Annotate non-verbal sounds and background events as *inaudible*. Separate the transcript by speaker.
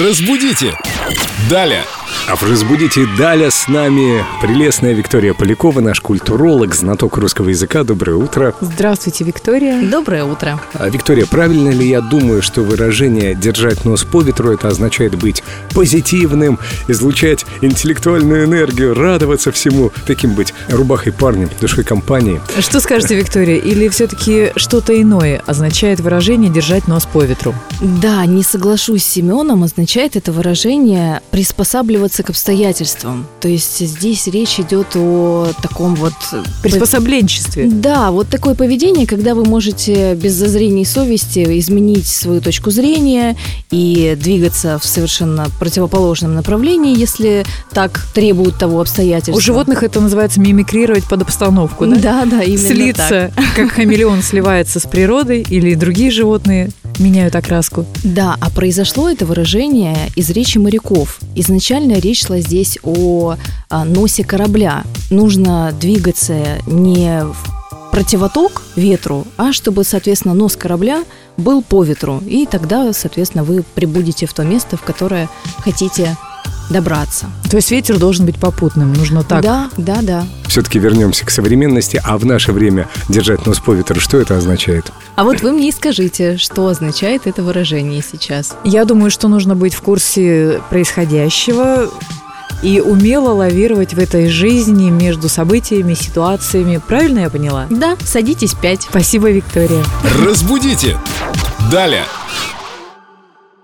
Speaker 1: Разбудите! Далее!
Speaker 2: А в «Разбудите Даля» с нами прелестная Виктория Полякова, наш культуролог, знаток русского языка. Доброе утро.
Speaker 3: Здравствуйте, Виктория.
Speaker 4: Доброе утро.
Speaker 2: А, Виктория, правильно ли я думаю, что выражение «держать нос по ветру» это означает быть позитивным, излучать интеллектуальную энергию, радоваться всему, таким быть рубахой парнем, душой компании.
Speaker 3: Что скажете, Виктория? Или все-таки что-то иное означает выражение «держать нос по ветру»?
Speaker 4: Да, не соглашусь с Семеном, означает это выражение приспосабливаться к обстоятельствам. То есть здесь речь идет о таком вот...
Speaker 3: Приспособленчестве.
Speaker 4: Да, вот такое поведение, когда вы можете без зазрений совести изменить свою точку зрения и двигаться в совершенно противоположном направлении, если так требуют того обстоятельства.
Speaker 3: У животных это называется мимикрировать под обстановку, да?
Speaker 4: Да, да, именно так.
Speaker 3: Слиться, *laughs* как хамелеон сливается с природой или другие животные меняют окраску.
Speaker 4: Да, а произошло это выражение из речи моряков. Изначально речь шла здесь о а, носе корабля. Нужно двигаться не в противоток ветру, а чтобы, соответственно, нос корабля был по ветру. И тогда, соответственно, вы прибудете в то место, в которое хотите добраться.
Speaker 3: То есть ветер должен быть попутным, нужно так.
Speaker 4: Да, да, да.
Speaker 2: Все-таки вернемся к современности, а в наше время «держать нос по ветру» что это означает?
Speaker 4: А вот вы мне и скажите, что означает это выражение сейчас.
Speaker 3: Я думаю, что нужно быть в курсе происходящего и умело лавировать в этой жизни между событиями, ситуациями. Правильно я поняла?
Speaker 4: Да, садитесь пять.
Speaker 3: Спасибо, Виктория.
Speaker 1: Разбудите! Далее!